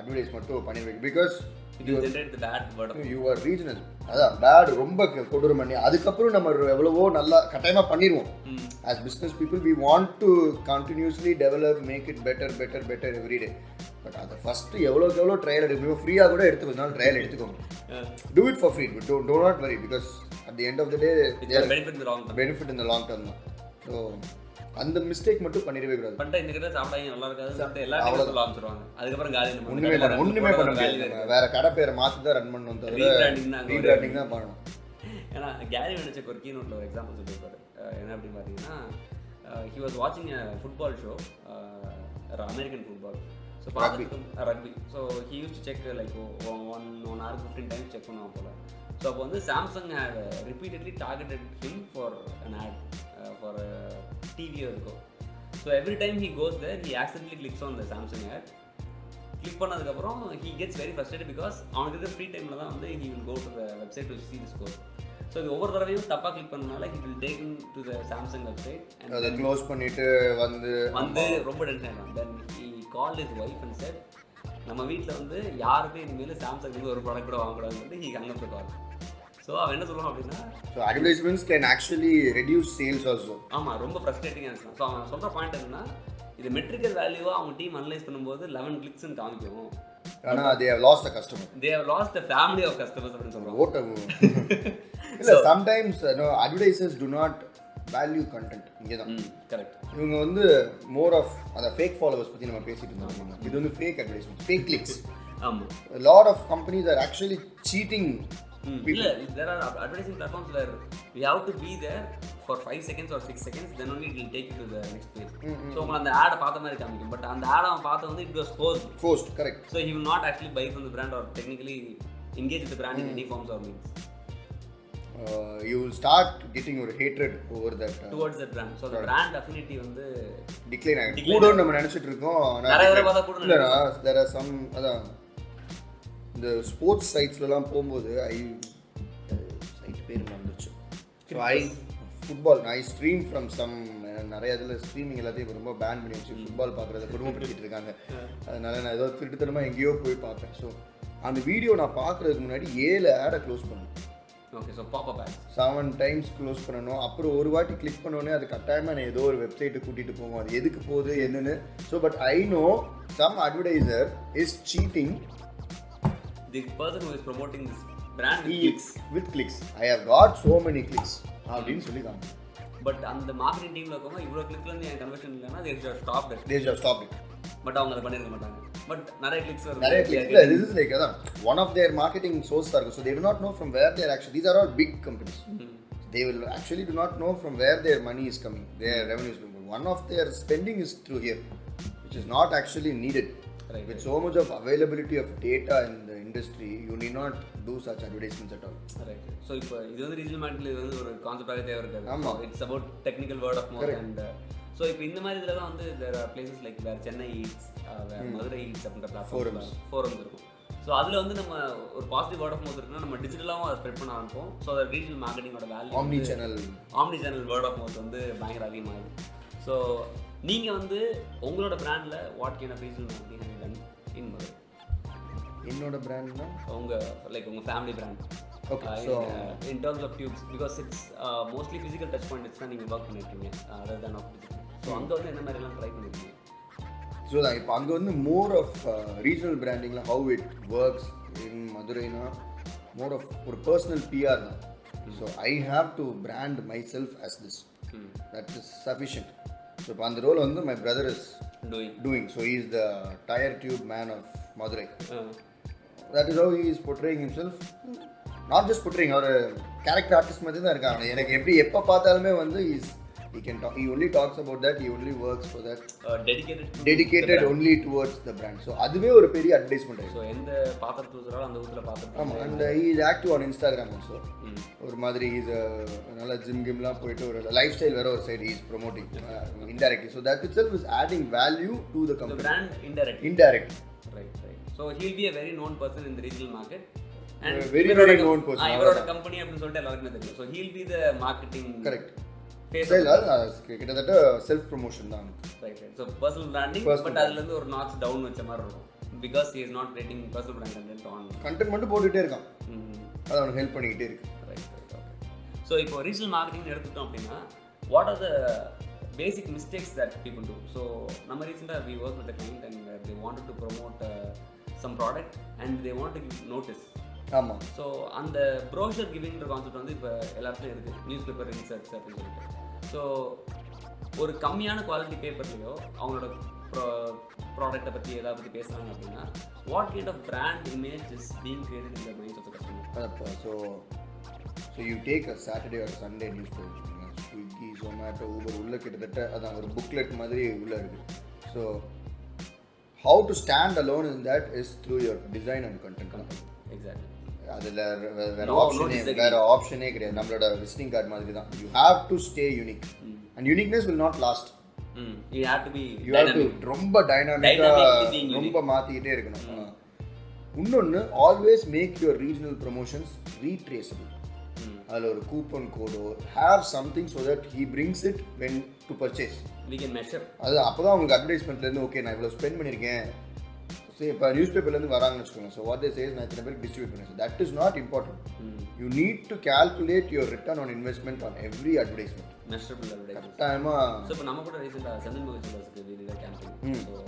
Speaker 2: அட்வர்டைஸ் மட்டும் பண்ணிடுவீங்க because
Speaker 1: it will generate the bad word
Speaker 2: you are regional அதான் பேட் ரொம்ப க- கொடூரம் பண்ணி அதுக்கப்புறம் நம்ம எவ்வளவோ நல்லா கட்டாயமாக பண்ணிடுவோம்
Speaker 1: ம்.
Speaker 2: as business people we want to continuously develop make it better better better every day but அதை ஃபஸ்ட்டு எவ்வளோக்கு எவ்வளோ ட்ரையல் எடுக்க முடியும் ஃப்ரீயாக கூட எடுத்துக்கிறதுனால ட்ரையல் எடுத்துக்கோங்க do it for free do do not worry because at the end of the day
Speaker 1: benefit wrong
Speaker 2: benefit இந்த லாங் டர்ம் தான் ஸோ அந்த மிஸ்டேக் மட்டும் பண்ணிடவே கூடாது
Speaker 1: பண்ணிட்டு இந்த கிட்ட சாப்பிடாங்க நல்லா இருக்காது சாப்பிட்டு எல்லா இடமும் சொல்ல ஆரம்பிச்சிருவாங்க அதுக்கப்புறம் காலி நம்ம
Speaker 2: ஒன்றுமே பண்ண ஒன்றுமே பண்ண முடியாது நம்ம வேற கடை பேரை மாற்றி தான் ரன் பண்ணணும் தவிர
Speaker 1: Rebranding தான்
Speaker 2: ரீபிராண்டிங் தான் பண்ணணும்
Speaker 1: ஏன்னா கேரி நினைச்ச ஒரு கீ நோட்டில் ஒரு எக்ஸாம்பிள் சொல்லியிருப்பாரு அஹ் என்ன அப்படின்னு பார்த்தீங்கன்னா ஹி வாஸ் வாட்சிங் football show American football so பார்த்துருக்கும் rugby so he use to check like one one hour fifteen times check பண்ணுவாங்க போல ஸோ அப்போ வந்து Samsung had repeatedly targeted him for an ad for டிவியோ இருக்கும் so every time he goes there he accidentally clicks on the Samsung ad click பண்ணதுக்கப்புறம் he gets very first because அவனுக்கு இருக்கிற free டைமில் தான் வந்து he will go to the website to see the score so இது ஒவ்வொரு தடவையும் தப்பாக கிளிக் பண்ணனால he will take to the Samsung website and
Speaker 2: அதை க்ளோஸ் பண்ணிட்டு வந்து
Speaker 1: வந்து ரொம்ப டென்ஷன் ஆகிடும் then he call his wife and sir நம்ம வீட்டில் வந்து யாருமே இனிமேல் சாம்சங் வந்து ஒரு ப்ராடக்ட் கூட வாங்கக்கூடாதுன்னு ஹி அங்கே கால் ஸோ அவன் என்ன சொல்லுவான் அப்படின்னா
Speaker 2: so advertisements can actually reduce sales also
Speaker 1: ஆமாம் ரொம்ப ஃப்ரஸ்ட்ரேட்டிங்காக இருந்துச்சு ஸோ அவன் சொல்கிற பாயிண்ட் என்னன்னா இது மெட்ரிக்கல் வேல்யூவாக அவங்க டீம் அனலைஸ் பண்ணும்போது லெவன் கிளிக்ஸ்னு காமிக்கும்
Speaker 2: ஆனால் they have lost a customer
Speaker 1: they have lost the family of customers அப்படின்னு சொல்கிறான்
Speaker 2: ஓட்டம் இல்லை sometimes advertisers do not value content இங்கே தான்
Speaker 1: ம் கரெக்ட்
Speaker 2: இவங்க வந்து மோர் ஆஃப் அந்த ஃபேக் ஃபாலோவர்ஸ் பற்றி நம்ம பேசிட்டு இருந்தோம் இது வந்து ஃபேக் அட்வர்டைஸ்மெண்ட் ஃபேக் கிளிக்ஸ்
Speaker 1: ஆமாம்
Speaker 2: lot of companies are actually cheating Hmm.
Speaker 1: இல்ல there are advertising platforms where we have to be there for five seconds or six seconds then only it will take you to the next page so உங்களை அந்த ஆடை பார்த்த மாதிரி காமிக்கும் but அந்த ஆடை அவன் பார்த்த வந்து it was host
Speaker 2: forced correct
Speaker 1: so he will not actually buy from the brand or technically engage with brand in any forms or means
Speaker 2: you start getting ஒரு hatred over that
Speaker 1: towards the brand so அந்த brand affinity வந்து
Speaker 2: decline ஆகிடும் கூடோன்னு நம்ம நினச்சிட்டு இருக்கோம்
Speaker 1: நிறைய
Speaker 2: ஆனால்
Speaker 1: பேரை பார்த்தா கூட
Speaker 2: இல்லைடா தேர் ஆர் சம் அதான் இந்த ஸ்போர்ட்ஸ் சைட்ஸ்லலாம் போகும்போது ஐ சைட் பேர் மறந்துச்சு so I football I stream from some நிறைய இதில் ஸ்ட்ரீமிங் எல்லாத்தையும் இப்ப ரொம்ப பேன் பண்ணி வச்சு ஃபுட்பால் பார்க்குறத குடும்பப்படுத்திட்டு இருக்காங்க அதனால நான் ஏதோ திருட்டுத்தனமாக எங்கேயோ போய் பார்ப்பேன் ஸோ அந்த வீடியோ நான் பார்க்குறதுக்கு முன்னாடி ஏழு ஆடை க்ளோஸ் பண்ணணும்
Speaker 1: ஓகே ஸோ பாப்பா பேக்
Speaker 2: செவன் டைம்ஸ் க்ளோஸ் பண்ணணும் அப்புறம் ஒரு வாட்டி கிளிக் பண்ணோன்னே அது கட்டாயமாக நான் ஏதோ ஒரு வெப்சைட்டு கூட்டிகிட்டு போவோம் அது எதுக்கு போகுது என்னன்னு so but I know some advertiser is cheating
Speaker 1: the person who is promoting this brand
Speaker 2: with clicks I have got so many clicks அப்படின்னு சொல்லி காமிச்சு
Speaker 1: பட் அந்த மார்க்கெட்டிங் டீமில் இருக்கவங்க இவ்வளோ கிளிக்லேருந்து என் கன்வர்ஷன் இல்லைன்னா they stop that
Speaker 2: these are stop it
Speaker 1: but அவங்க அதை பண்ணிருக்க மாட்டாங்க பட் நிறைய கிளிக்ஸ் வருது
Speaker 2: நிறைய கிளிக்ஸ் இல்லை திஸ் இஸ்
Speaker 1: Hmm.
Speaker 2: லைக் அதான் one of their marketing source தான் இருக்கும் so they do not know from where there actually these are all big companies they will actually do not know from where their money is coming, their revenue is coming. One of their spending is through here, which is not actually needed.
Speaker 1: Right,
Speaker 2: With so much of availability of data in the industry, you need not do such advertisements at all.
Speaker 1: Correct. So இப்போ இது வந்து regional மார்க்கெட்ல இது வந்து ஒரு கான்செப்டாகவே தேவை இருக்காது
Speaker 2: ஆமா.
Speaker 1: It's about technical word of mouth
Speaker 2: Correct.
Speaker 1: And so இப்போ uh, இந்த மாதிரி இதெல்லாம் வந்து தேர் ஆர் பிளேசஸ் லைக் வேறு சென்னை ஈட்ஸ் வேறு மதுரை ஈட்ஸ் அப்படின்ற பிளாட்ஃபார்ம்ஸ் ஃபோரம்ஸ் இருக்கும் ஸோ அதில் வந்து நம்ம ஒரு பாசிட்டிவ் வேர்ட் ஆஃப் மவுத் இருக்குன்னா நம்ம டிஜிட்டலாகவும் அதை ஸ்ப்ரெட் பண்ண ஆரம்பிப்போம் ஸோ அதை ரீஜனல் மார்க்கெட்டிங்கோட value
Speaker 2: Omni channel.
Speaker 1: Omni channel word of mouth வந்து பயங்கர அதிகமாகுது ஸோ நீங்கள் வந்து உங்களோட பிராண்டில் what can of regional marketing done in Madurai
Speaker 2: என்னோட பிராண்ட்
Speaker 1: உங்கள் லைக் உங்கள் family brand
Speaker 2: Okay,
Speaker 1: Uh,
Speaker 2: so-
Speaker 1: in, uh, in terms of tubes because it's uh, mostly physical touch point it's நீங்க work பண்ணிருக்கீங்க uh, rather than of digital. so
Speaker 2: Hmm.
Speaker 1: அங்க வந்து என்ன மாதிரி எல்லாம் ட்ரை பண்ணிருக்கீங்க
Speaker 2: ஸோ தான் இப்போ அங்கே வந்து uh, மோர் ஆஃப் ரீஜனல் பிராண்டிங்கில் ஹவு இட் ஒர்க்ஸ் இன் மதுரைனா மோர் ஆஃப் ஒரு பர்சனல் பிஆர் தான் so I have to brand myself as this that is sufficient so இப்போ அந்த ரோல் வந்து my brother is
Speaker 1: doing
Speaker 2: doing so is the tyre tube man of Madurai
Speaker 1: uh,
Speaker 2: that is how is portraying himself not just portraying அவர் character artist மாதிரி தான் இருக்காங்க எனக்கு எப்படி எப்போ பார்த்தாலுமே வந்து is he can talk he only talks about that he only works for that
Speaker 1: uh, dedicated to
Speaker 2: dedicated only towards the brand so அதுவே ஒரு பெரிய அட்வர்டைஸ்மெண்ட் ஆயிடுச்சு
Speaker 1: so எந்த பாத்திரத்து ஊத்துறாலும் அந்த ஊத்துல பாத்திரத்து
Speaker 2: ஆமாம் and is active on Instagram also
Speaker 1: ம்.
Speaker 2: ஒரு மாதிரி இஸ் நல்லா ஜிம் கிம்லாம் போயிட்டு ஒரு லைஃப் ஸ்டைல் வேற ஒரு side is promoting indirectly so that itself is adding value to the
Speaker 1: the
Speaker 2: company
Speaker 1: brand indirectly
Speaker 2: indirect
Speaker 1: right right so he'll be a very known person in the regional market and
Speaker 2: A very
Speaker 1: இவரோட-
Speaker 2: known person.
Speaker 1: ஆ, இவரோட company அப்படின்னு சொல்லிட்டு எல்லாருக்குமே தெரியும் so he'll be the marketing
Speaker 2: Correct.
Speaker 1: face
Speaker 2: style கிட்டத்தட்ட self promotion தான்
Speaker 1: right right so personal branding
Speaker 2: Personal
Speaker 1: but அதுலேருந்து ஒரு நாட்ஸ் டவுன் வச்ச மாதிரி இருக்கும் because is not rating personal brand content on
Speaker 2: content மட்டும் போட்டுகிட்டே இருக்கான் அது அவனுக்கு ஹெல்ப் பண்ணிக்கிட்டே இருக்கு
Speaker 1: ரைட் ரைட் ஓகே ஸோ இப்போ ரீஜனல் மார்க்கெட்டிங் எடுத்துட்டோம் அப்படின்னா what are the basic mistakes that people do so நம்ம ரீசெண்டாக we work with client and they want to promote some product and they want to notice
Speaker 2: ஆமாம்
Speaker 1: so அந்த brochure கிவிங்கிற concept வந்து இப்போ எல்லாத்துலையும் இருக்குது நியூஸ் பேப்பர் ரிசர்ச் அப்படின்னு சொல்லிட்டு ஸோ ஒரு கம்மியான குவாலிட்டி பேப்பர்லையோ அவங்களோட ப்ராடக்ட்டை பற்றி எதாவது பற்றி பேசுகிறாங்க அப்படின்னா what kind of brand image is being created இந்த மைண்ட் ஆஃப் கஸ்டமர்
Speaker 2: அப்போ so so you take a Saturday or Sunday newspaper Swiggy Zomato Uber உள்ள கிட்டத்தட்ட அதான் ஒரு புக்லெட் மாதிரி உள்ள இருக்கு so how to stand alone in that is through your design and content
Speaker 1: exactly
Speaker 2: அதில் வேற
Speaker 1: No, no
Speaker 2: ஆப்ஷனே
Speaker 1: disagree.
Speaker 2: வேற ஆப்ஷனே கிடையாது நம்மளோட விசிட்டிங் கார்டு மாதிரி தான் you have to stay unique and uniqueness will not last
Speaker 1: ம் you have to be
Speaker 2: you have to ரொம்ப
Speaker 1: Dynamically being
Speaker 2: டைனாமிக்காக
Speaker 1: unique.
Speaker 2: ரொம்ப மாற்றிக்கிட்டே இருக்கணும் இன்னொன்று always make your regional promotions retraceable
Speaker 1: Hmm.
Speaker 2: அதில் ஒரு கூப்பன் கோடோ have something so that he brings it when to purchase
Speaker 1: we can measure
Speaker 2: அது அப்போ தான் உங்களுக்கு அட்வர்டைஸ்மெண்ட்லேருந்து ஓகே நான் இவ்வளோ ஸ்பெண்ட் பண்ணியிருக்கேன் சரி இப்போ நியூஸ் பேப்பர்லேருந்து வராங்கன்னு வச்சுக்கோங்க ஸோ வாட் தே சேஸ் நான் இத்தனை பேருக்கு டிஸ்ட்ரிபியூட் பண்ணேன் that is not important you need to calculate your return on investment on every advertisement
Speaker 1: measurable advertise
Speaker 2: கட்டாயமாக
Speaker 1: ஸோ இப்போ நம்ம கூட ரீசெண்டாக செந்தில் மகிழ்ச்சி வீடியோ கேம்பெயின் ஸோ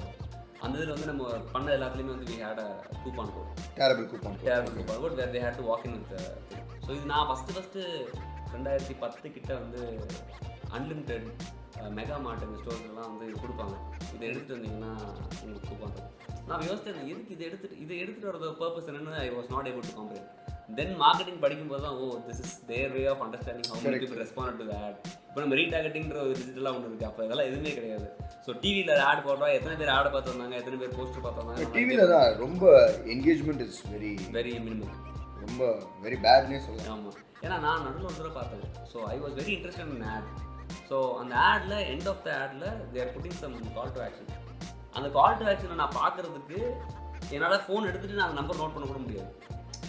Speaker 1: அந்த இதில் வந்து நம்ம பண்ண எல்லாத்துலேயுமே வந்து we had a coupon code
Speaker 2: tearable coupon
Speaker 1: கேரளத்துக்கு barcode where they had to walk in with so இது நான் ஃபஸ்ட்டு ஃபஸ்ட்டு ரெண்டாயிரத்தி பத்து கிட்ட வந்து அன்லிமிட்டெட் மெகா மார்ட் இந்த ஸ்டோர்ஸ்லாம் வந்து இது கொடுப்பாங்க இதை எடுத்துகிட்டு வந்தீங்கன்னா உங்களுக்கு கொடுப்பாங்க நான் யோசித்தேன் எதுக்கு இதை எடுத்துட்டு இதை எடுத்துகிட்டு வரது பர்பஸ் என்னன்னு I was not able to comprehend then marketing படிக்கும்போது தான் oh, oh this is their way of understanding how many people respond to that இப்போ நம்ம ரீடார்கெட்டிங்கிற ஒரு டிஜிட்டலாக ஒன்று இருக்குது அப்போ இதெல்லாம் எதுவுமே கிடையாது ஸோ டிவியில் ஆட் போடுறோம் எத்தனை பேர் ஆட் பார்த்து வந்தாங்க எத்தனை பேர் போஸ்டர் பார்த்து வந்தாங்க
Speaker 2: டிவியில் தான் ரொம்ப engagement is very
Speaker 1: very minimum
Speaker 2: ரொம்ப வெரி பேட்னே சொல்லலாம்
Speaker 1: ஆமாம் ஏன்னா நான் நடுவில் ஒரு தடவை பார்த்தேன் so I was very interested in ad so அந்த ஆட்ல எண்ட் ஆஃப் த ஆட்ல they're putting some call to action அந்த கால் டு ஆக்ஷனை நான் பார்க்கறதுக்கு என்னால் ஃபோன் எடுத்துட்டு நான் நம்பர் நோட் பண்ண கூட முடியாது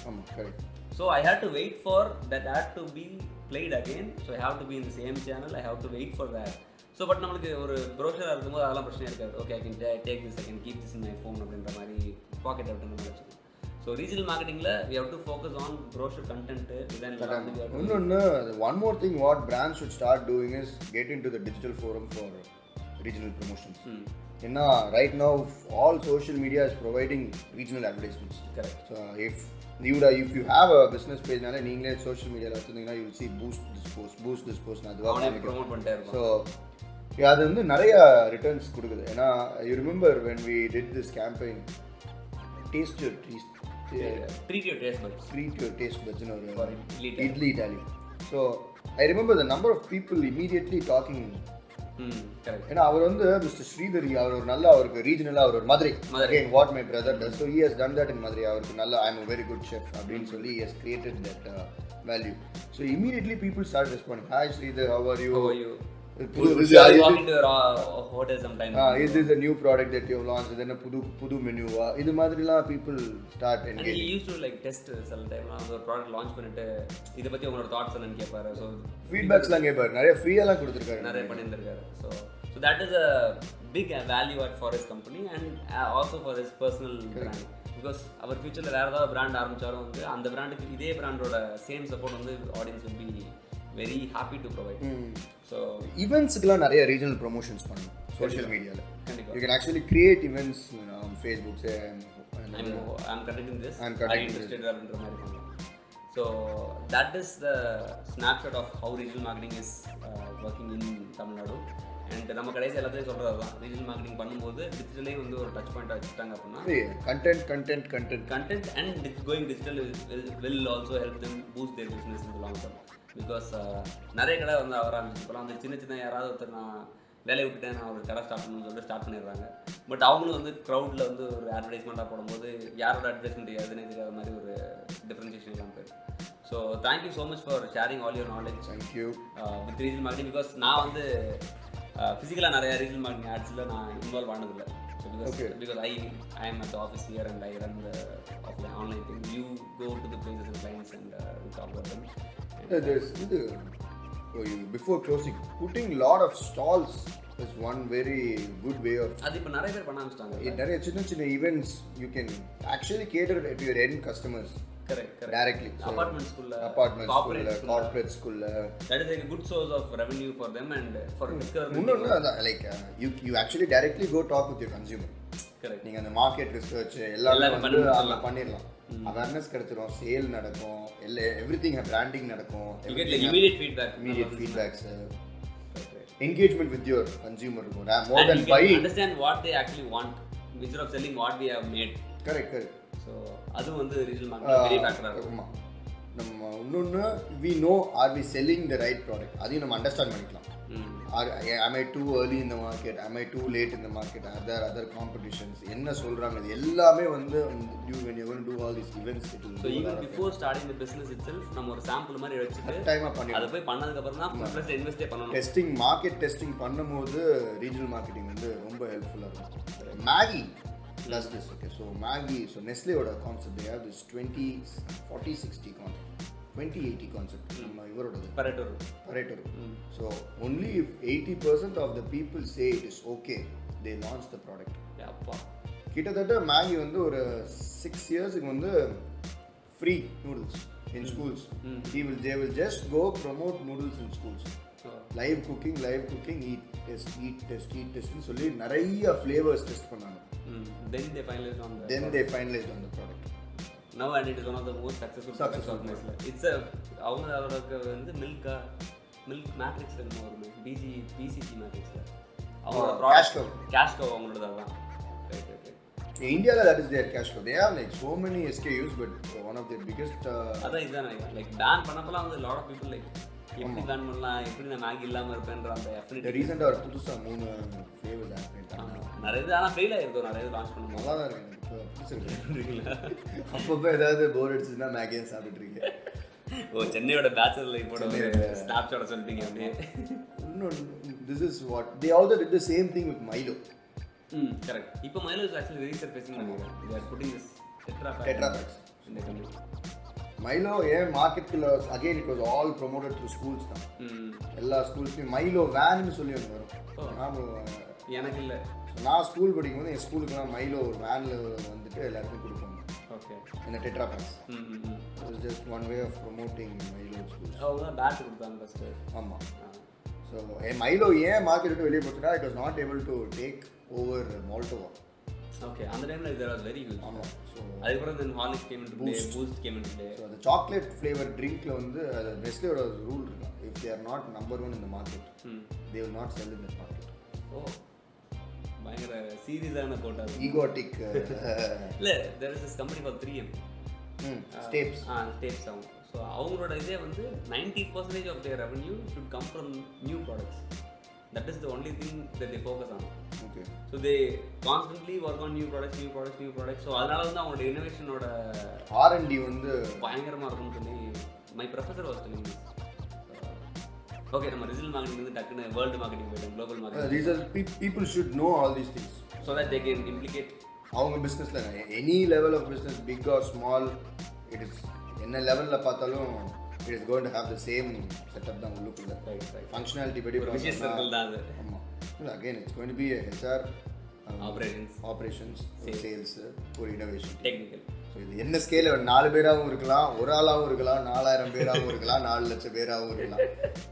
Speaker 2: ஆமாம் correct
Speaker 1: so I have to wait for that ad to be played again so I have to be in same channel I have to wait for that so but நம்மளுக்கு ஒரு ப்ரோஷராக இருக்கும்போது அதெல்லாம் பிரச்சனை இருக்காது okay I can take this I can keep this in my phone அப்படின்ற மாதிரி pocket அப்படின்ற மாதிரி வச்சுக்கோங்க ஸோ ரீஜனல் மார்க்கெட்டிங்கில் we have to focus on brochure content design
Speaker 2: இன்னொன்று one more thing what brand should start doing is get in to the digital forum for regional promotions
Speaker 1: Hmm.
Speaker 2: ஏன்னா right now all social media is providing regional advertisements
Speaker 1: Correct.
Speaker 2: So if நீட if you have a business பேஜ்னால நீங்களே social மீடியாவில் வச்சுருந்தீங்கன்னா you see boost this post boost this post அதுவாக
Speaker 1: அவனே promote பண்ணிட்டே
Speaker 2: so
Speaker 1: இருப்பான்
Speaker 2: அது வந்து நிறைய ரிட்டர்ன்ஸ் கொடுக்குது ஏன்னா you remember when we did this campaign taste your taste
Speaker 1: treat your taste buds
Speaker 2: treat your taste பட்ஸ்னு ஒரு
Speaker 1: idli
Speaker 2: idli Italy so I remember the number of people immediately talking
Speaker 1: ம் கரெக்ட்
Speaker 2: ஏன்னா அவர் வந்து மிஸ்டர் ஸ்ரீதரி அவர் ஒரு நல்ல அவருக்கு ரீஜனலாக அவர் ஒரு Madurai
Speaker 1: Madurai.
Speaker 2: Again what my brother does so years done that in Madurai அவருக்கு நல்ல I am very good chef அப்படின்னு சொல்லி years created that value so immediately people start respond hi Sridhar how are you
Speaker 1: How are you?
Speaker 2: புது
Speaker 1: walk into your uh, hotel sometime.
Speaker 2: Is is a new product that you launch இது என்ன புது புது மெனுவா Uh, இது மாதிரிலாம் people start
Speaker 1: And
Speaker 2: engage
Speaker 1: he used to like test சில time வந்து ஒரு ப்ராடக்ட் லான்ச் பண்ணிட்டு இதை பத்தி உங்களோட தாட்ஸ் என்னன்னு கேட்பாரு ஸோ
Speaker 2: ஃபீட்பேக்ஸ்லாம் கேட்பாரு நிறைய ஃப்ரீயாலாம் கொடுத்துருக்காரு
Speaker 1: நிறைய பண்ணியிருந்திருக்காரு so so that is a big value at for is company and also for is personal brand because அவர் ஃபியூச்சரில் வேறு ஏதாவது பிராண்ட் ஆரம்பிச்சாலும் வந்து அந்த பிராண்டுக்கு இதே பிராண்டோட சேம் சப்போர்ட் வந்து audience will be very happy to provide so
Speaker 2: ஈவெண்ட்ஸுக்குலாம் நிறைய ரீஜனல் ப்ரொமோஷன்ஸ் பண்ணணும் சோஷியல் மீடியாவில்
Speaker 1: கண்டிப்பாக
Speaker 2: you can actually create events Facebooks
Speaker 1: I'm I'm conducting this
Speaker 2: I'm
Speaker 1: I'm
Speaker 2: conducting
Speaker 1: interested அப்படின்ற மாதிரி பண்ணலாம் so that is the snapshot of how regional marketing is working in Tamil Nadu and நம்ம கடைசி எல்லாத்தையும் சொல்கிறது தான் ரீஜனல் மார்க்கெட்டிங் பண்ணும்போது டிஜிட்டலே வந்து ஒரு டச் பாயிண்ட்டாக வச்சுட்டாங்க அப்படின்னா
Speaker 2: content content content
Speaker 1: content and dig- going digital will, will, will also help them boost their business in the long term because நிறைய கடை வந்து வர ஆரம்பிச்சிருக்கலாம் அந்த சின்ன சின்ன யாராவது ஒருத்தர் நான் வேலையை விட்டுட்டேன் நான் ஒரு கடை ஸ்டார்ட் பண்ணணும்னு சொல்லிட்டு ஸ்டார்ட் பண்ணிடுறாங்க பட் அவங்களும் வந்து க்ரௌடில் வந்து ஒரு அட்வர்டைஸ்மெண்ட்டாக போடும்போது யாரோட அட்வர்டைஸ்மெண்ட் எதுன்னு தெரியாத மாதிரி ஒரு டிஃப்ரென்சியேஷன் இல்லாமல் போயிருக்கு so thank you so much for sharing all your knowledge
Speaker 2: thank you
Speaker 1: with regional marketing because நான் வந்து ஃபிசிக்கலாக நிறைய ரீஜனல் மார்க்கெட்டிங் ஆட்ஸில் நான் இன்வால்வ் ஆனதில்லை so
Speaker 2: Okay.
Speaker 1: Because because I I am at office here and I run the offline online thing you go to the places and clients and we talk about them
Speaker 2: இது before closing putting lot of stalls is one very good way of
Speaker 1: அது இப்போ நிறைய பேர் பண்ண ஆரம்பிச்சிட்டாங்க
Speaker 2: நிறைய சின்ன சின்ன events you can actually cater to your என் customers
Speaker 1: correct correct
Speaker 2: directly
Speaker 1: apartment ஸ்கூலில்
Speaker 2: அப்பார்ட்மெண்ட்ஸ் கார்பரேட் ஸ்கூலில்
Speaker 1: that is a good source of revenue for them and for discover
Speaker 2: இன்னொன்று அதான் uh, like you you actually directly go talk with your consumer
Speaker 1: correct
Speaker 2: நீங்கள் அந்த market research எல்லாமே
Speaker 1: எல்லாமே
Speaker 2: வந்து
Speaker 1: பண்ணி
Speaker 2: அதில் பண்ணிடலாம் அவேர்னஸ் கிடைச்சிரும் சேல் நடக்கும் எல்லா எவ்ரி திங் பிராண்டிங் நடக்கும்
Speaker 1: you get like immediate feedback
Speaker 2: immediate feedbacks engagement with your consumer இருக்கும் more
Speaker 1: And
Speaker 2: then
Speaker 1: you
Speaker 2: by
Speaker 1: can understand what they actually want instead of selling what we have made.
Speaker 2: Correct correct
Speaker 1: So அது வந்து regional market பெரிய ஃபேக்டரா இருக்கும்
Speaker 2: ஆமாம் Uh, நம்ம இன்னொன்று we know are we selling the right product அதையும் நம்ம understand பண்ணிக்கலாம்
Speaker 1: ம்.
Speaker 2: Are am i too early in the market am i too late in the market are there other competitions என்ன சொல்கிறாங்க இது எல்லாமே வந்து you when you're going to do all these events it will
Speaker 1: So even before starting the business itself நம்ம ஒரு sample மாதிரி வச்சுட்டு
Speaker 2: டைமாக பண்ணி
Speaker 1: அதை போய் பண்ணதுக்கு அப்புறம் தான் ஃபுல் ஃபிளஸ் இன்வெஸ்டே பண்ணணும்
Speaker 2: டெஸ்டிங் மார்க்கெட் டெஸ்டிங் பண்ணும்போது ரீஜனல் மார்க்கெட்டிங் வந்து ரொம்ப ஹெல்ப்ஃபுல்லாக இருக்கும் Maggi plus this okay so Maggi so நெஸ்லேயோட concept have this twenty forty sixty concept twenty eighty concept
Speaker 1: Hmm.
Speaker 2: நம்ம இவரோடது
Speaker 1: பரேட்டர்
Speaker 2: பரேட்டர்
Speaker 1: Hmm.
Speaker 2: So only if eighty percent of the people say it is okay they launch the product
Speaker 1: அப்பா
Speaker 2: கிட்டத்தட்ட Maggi வந்து ஒரு six இயர்ஸுக்கு வந்து free noodles in schools he will they will just go promote noodles in schools
Speaker 1: So,
Speaker 2: live cooking live cooking eat test eat test eat டெஸ்ட்னு சொல்லி நிறைய flavours test பண்ணாங்க
Speaker 1: ம். then they finalized on the
Speaker 2: then they finalise அந்த product
Speaker 1: now and it is one of the most successful products of Nestle it's a அவங்க அவருக்கு வந்து Milkha milk matrix என்னமோ ஒரு பிஜி பிசிஜி மேட்ரிக்ஸ்ல அவங்களோட
Speaker 2: Oh, cash
Speaker 1: product
Speaker 2: cow.
Speaker 1: Cash cow அவங்களோட தான் right right right
Speaker 2: இந்தியாவில் that is their cash flow they have like so many SKUs but one of their biggest
Speaker 1: அதான் இதுதான் நினைக்கிறேன் லைக் பேன் பண்ணப்பலாம் வந்து லாட் ஆஃப் பீப்புள் லைக் எப்படி ban பண்ணலாம் எப்படி நான் மேகி இல்லாமல் இருப்பேன்ற அந்த எஃபினிட்டி
Speaker 2: ரீசெண்டாக ஒரு புதுசாக மூணு ஃப்ளேவர்ஸ் ஆட் பண்ணிட்டாங்க
Speaker 1: நிறைய இது ஆனால் ஃபெயில் ஆயிருக்கும் நிறைய இது லான்ச் பண்ணும்போது
Speaker 2: நல்லா தான் இருக்கு எனக்கு இப்போ பிடிச்சிருக்கு
Speaker 1: புரியுதுங்களா?
Speaker 2: அப்பப்போ ஏதாவது போர் அடிச்சுன்னா மேகே சாப்பிட்டுருக்கீங்க
Speaker 1: ஓ சென்னையோட பேச்சுலர் லைஃபோட ஸ்னாப் ஷாட் சொல்லிட்டீங்க அப்படியே
Speaker 2: இன்னொன்று this is what they also did the same thing with Milo
Speaker 1: ம் கரெக்ட் இப்போ மயிலூர் ஆக்சுவலி ரீசர் பேசிங் நினைக்கிறேன் they are putting this tetra pack
Speaker 2: tetra packs
Speaker 1: in the company.
Speaker 2: Milo ஏன் மார்க்கெட்டில் again it was all promoted to schools தான்
Speaker 1: ம்
Speaker 2: எல்லா ஸ்கூல்ஸ்லையும் மைலோ வேன்னு சொல்லி ஒன்று வரும் ஞாபகம்
Speaker 1: எனக்கு இல்லை
Speaker 2: நான் ஸ்கூல் படிக்கும்போது என் ஸ்கூலுக்குலாம் மைலோ ஒரு வேனில் வந்துட்டு எல்லாருக்கும் கொடுப்பாங்க
Speaker 1: ஓகே
Speaker 2: இந்த டெட்ரா பேக்ஸ்
Speaker 1: ம் ம், ம்
Speaker 2: it's just one way of promoting Milo school
Speaker 1: அவங்க தான் பேட் கொடுத்தாங்க ஃபஸ்ட்டு
Speaker 2: ஆமாம் ஸோ மைலோ ஏன் மார்க்கெட் விட்டு வெளியே போச்சுன்னா it was not able to take over Maltova
Speaker 1: okay அந்த டைமில் இது வாஸ் வெரி குட்
Speaker 2: ஆமாம் ஸோ
Speaker 1: அதுக்கப்புறம் then Horlicks came in today Boost came in today
Speaker 2: so அந்த சாக்லேட் ஃப்ளேவர் ட்ரிங்க்ல வந்து அது நெஸ்லேயோட ரூல் இருக்கலாம் if there not number one இந்த மார்க்கெட்
Speaker 1: ம்
Speaker 2: தே வில் நாட் செல் இந்த மார்க்கெட்
Speaker 1: ஓ பயங்கர சீரியஸான கோட்டா
Speaker 2: ஈகோட்டிக் uh,
Speaker 1: இல்லை there is is company for three M
Speaker 2: steps
Speaker 1: ah tapes ஆகும் ஸோ ஸோ அவங்களோட இதே வந்து ninety percentage of their revenue should come from new products that is the only thing that they focus on
Speaker 2: okay
Speaker 1: so they constantly work on new products new products new products so அதனால வந்து அவங்களோட இனோவேஷனோட
Speaker 2: R and D வந்து
Speaker 1: பயங்கரமாக இருக்கும்னு சொல்லி my professor was telling okay நம்ம result marketing வந்து டக்குன்னு வேர்ல்டு மார்க்கெட்டிங் போயிட்டோம் global marketing
Speaker 2: result people should know all these things
Speaker 1: so that they can implicate
Speaker 2: அவங்க பிஸ்னஸில் any level of business big or small it is என்ன லெவலில் பார்த்தாலும் it is going to have the same setup தான் உள்ளுக்குள்ள
Speaker 1: right right
Speaker 2: functionality படி
Speaker 1: ஒரு விஷய சர்க்கிள் தான் அது
Speaker 2: ஆமாம் இல்லை again it's going to be HR uh,
Speaker 1: operations
Speaker 2: operations ஒரு சேல்ஸ் ஒரு இனோவேஷன்
Speaker 1: டெக்னிக்கல்
Speaker 2: ஸோ இது என்ன ஸ்கேல் நாலு பேராகவும் இருக்கலாம் ஒரு ஆளாகவும் இருக்கலாம் நாலாயிரம் பேராகவும் இருக்கலாம் நாலு லட்சம் பேராகவும் இருக்கலாம்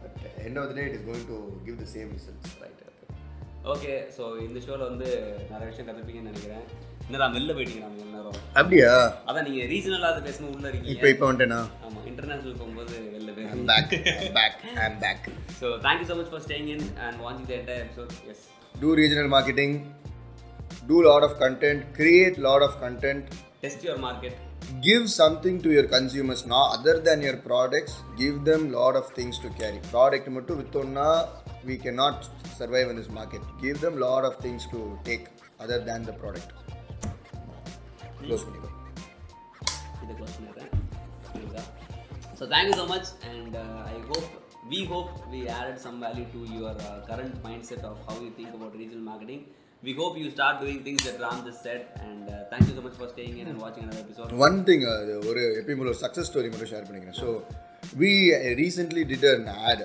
Speaker 2: but end of the day it is going to give the same results
Speaker 1: right okay so இந்த ஷோவில் வந்து நிறைய விஷயம் கற்றுப்பீங்கன்னு நினைக்கிறேன் என்னடா வெளில போயிட்டீங்க நம்ம நேரம்
Speaker 2: அப்படியா
Speaker 1: அதான் நீங்கள் ரீஜனலாக அது பேசணும் உள்ள
Speaker 2: இப்போ
Speaker 1: இருக்கீங்க
Speaker 2: இப்போ வந்துட்டேனா
Speaker 1: ஆமாம் இன்டர்நேஷனல் போகும்போது வெளில போயிருக்கீங்க
Speaker 2: back back I'm back
Speaker 1: so thank you so much for staying in and வாட்சிங் the entire episode as
Speaker 2: do regional marketing do lot of content create lot of content
Speaker 1: test your market
Speaker 2: give something to your consumers now other than your products give them lot of things to carry product மட்டும் வித்தோம்னா we cannot survive in this market give them lot of things to take other than the product close பண்ணிக்கலாம்
Speaker 1: இது close பண்ணிடுறேன் புரியுதா so thank you so much and I hope we hope we added some value to your current mind set of how you think about regional marketing we hope you start doing things that Ram this set and thank you so much for staying in and வாட்சிங் another episode
Speaker 2: one thing அது uh, ஒரு எப்பயும் போல ஒரு success story மட்டும் share பண்ணிக்கிறேன் uh, so we recently did an ad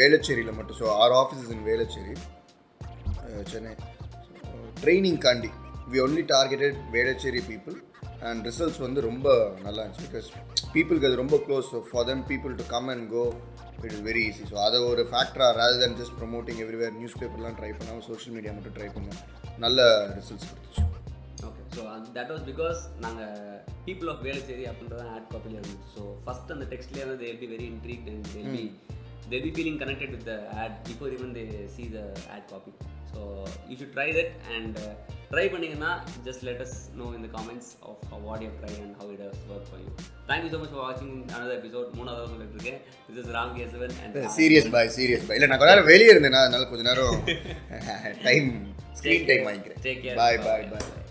Speaker 2: வேளச்சேரியில் um, மட்டும் so our office in Velachery uh, Chennai training காண்டி we only targeted Velachery people and results வந்து ரொம்ப நல்லா இருந்துச்சு பிகாஸ் பீப்புளுக்கு அது ரொம்ப close so for them people to come and go it is very easy so அதை ஒரு ஃபேக்டராக rather than just promoting everywhere news பேப்பர்லாம் ட்ரை பண்ணாமல் சோஷியல் மீடியா மட்டும் ட்ரை பண்ணோம் நல்ல ரிசல்ட்ஸ் கொடுத்துச்சு
Speaker 1: okay so that was because நாங்கள் பீப்புள் ஆஃப் வேலைச்சேரி அப்படின்றத ஆட் காப்பியில் இருந்துச்சு ஸோ ஃபஸ்ட் அந்த டெக்ஸ்ட்லேயே வந்து they'll be very intrigue and they'll be they'll be feeling connected with the ad before even they see the ad copy so you should try that and try uh, பண்ணிங்கன்னா just lettuce know இந்த comments of what you try and how it work for you thank you so much for வாட்சிங் another episode மூணாவது சொல்லிட்டு இருக்கேன் this is Ram Kesavan and
Speaker 2: serious bye serious பாய் இல்லை நான் கொஞ்ச நேரம் வெளியே இருந்தேன் அதனால கொஞ்ச நேரம் டைம் ஸ்க்ரீன் டைம் வாங்கிக்கிறேன்
Speaker 1: Take care.
Speaker 2: பாய் பாய் பாய்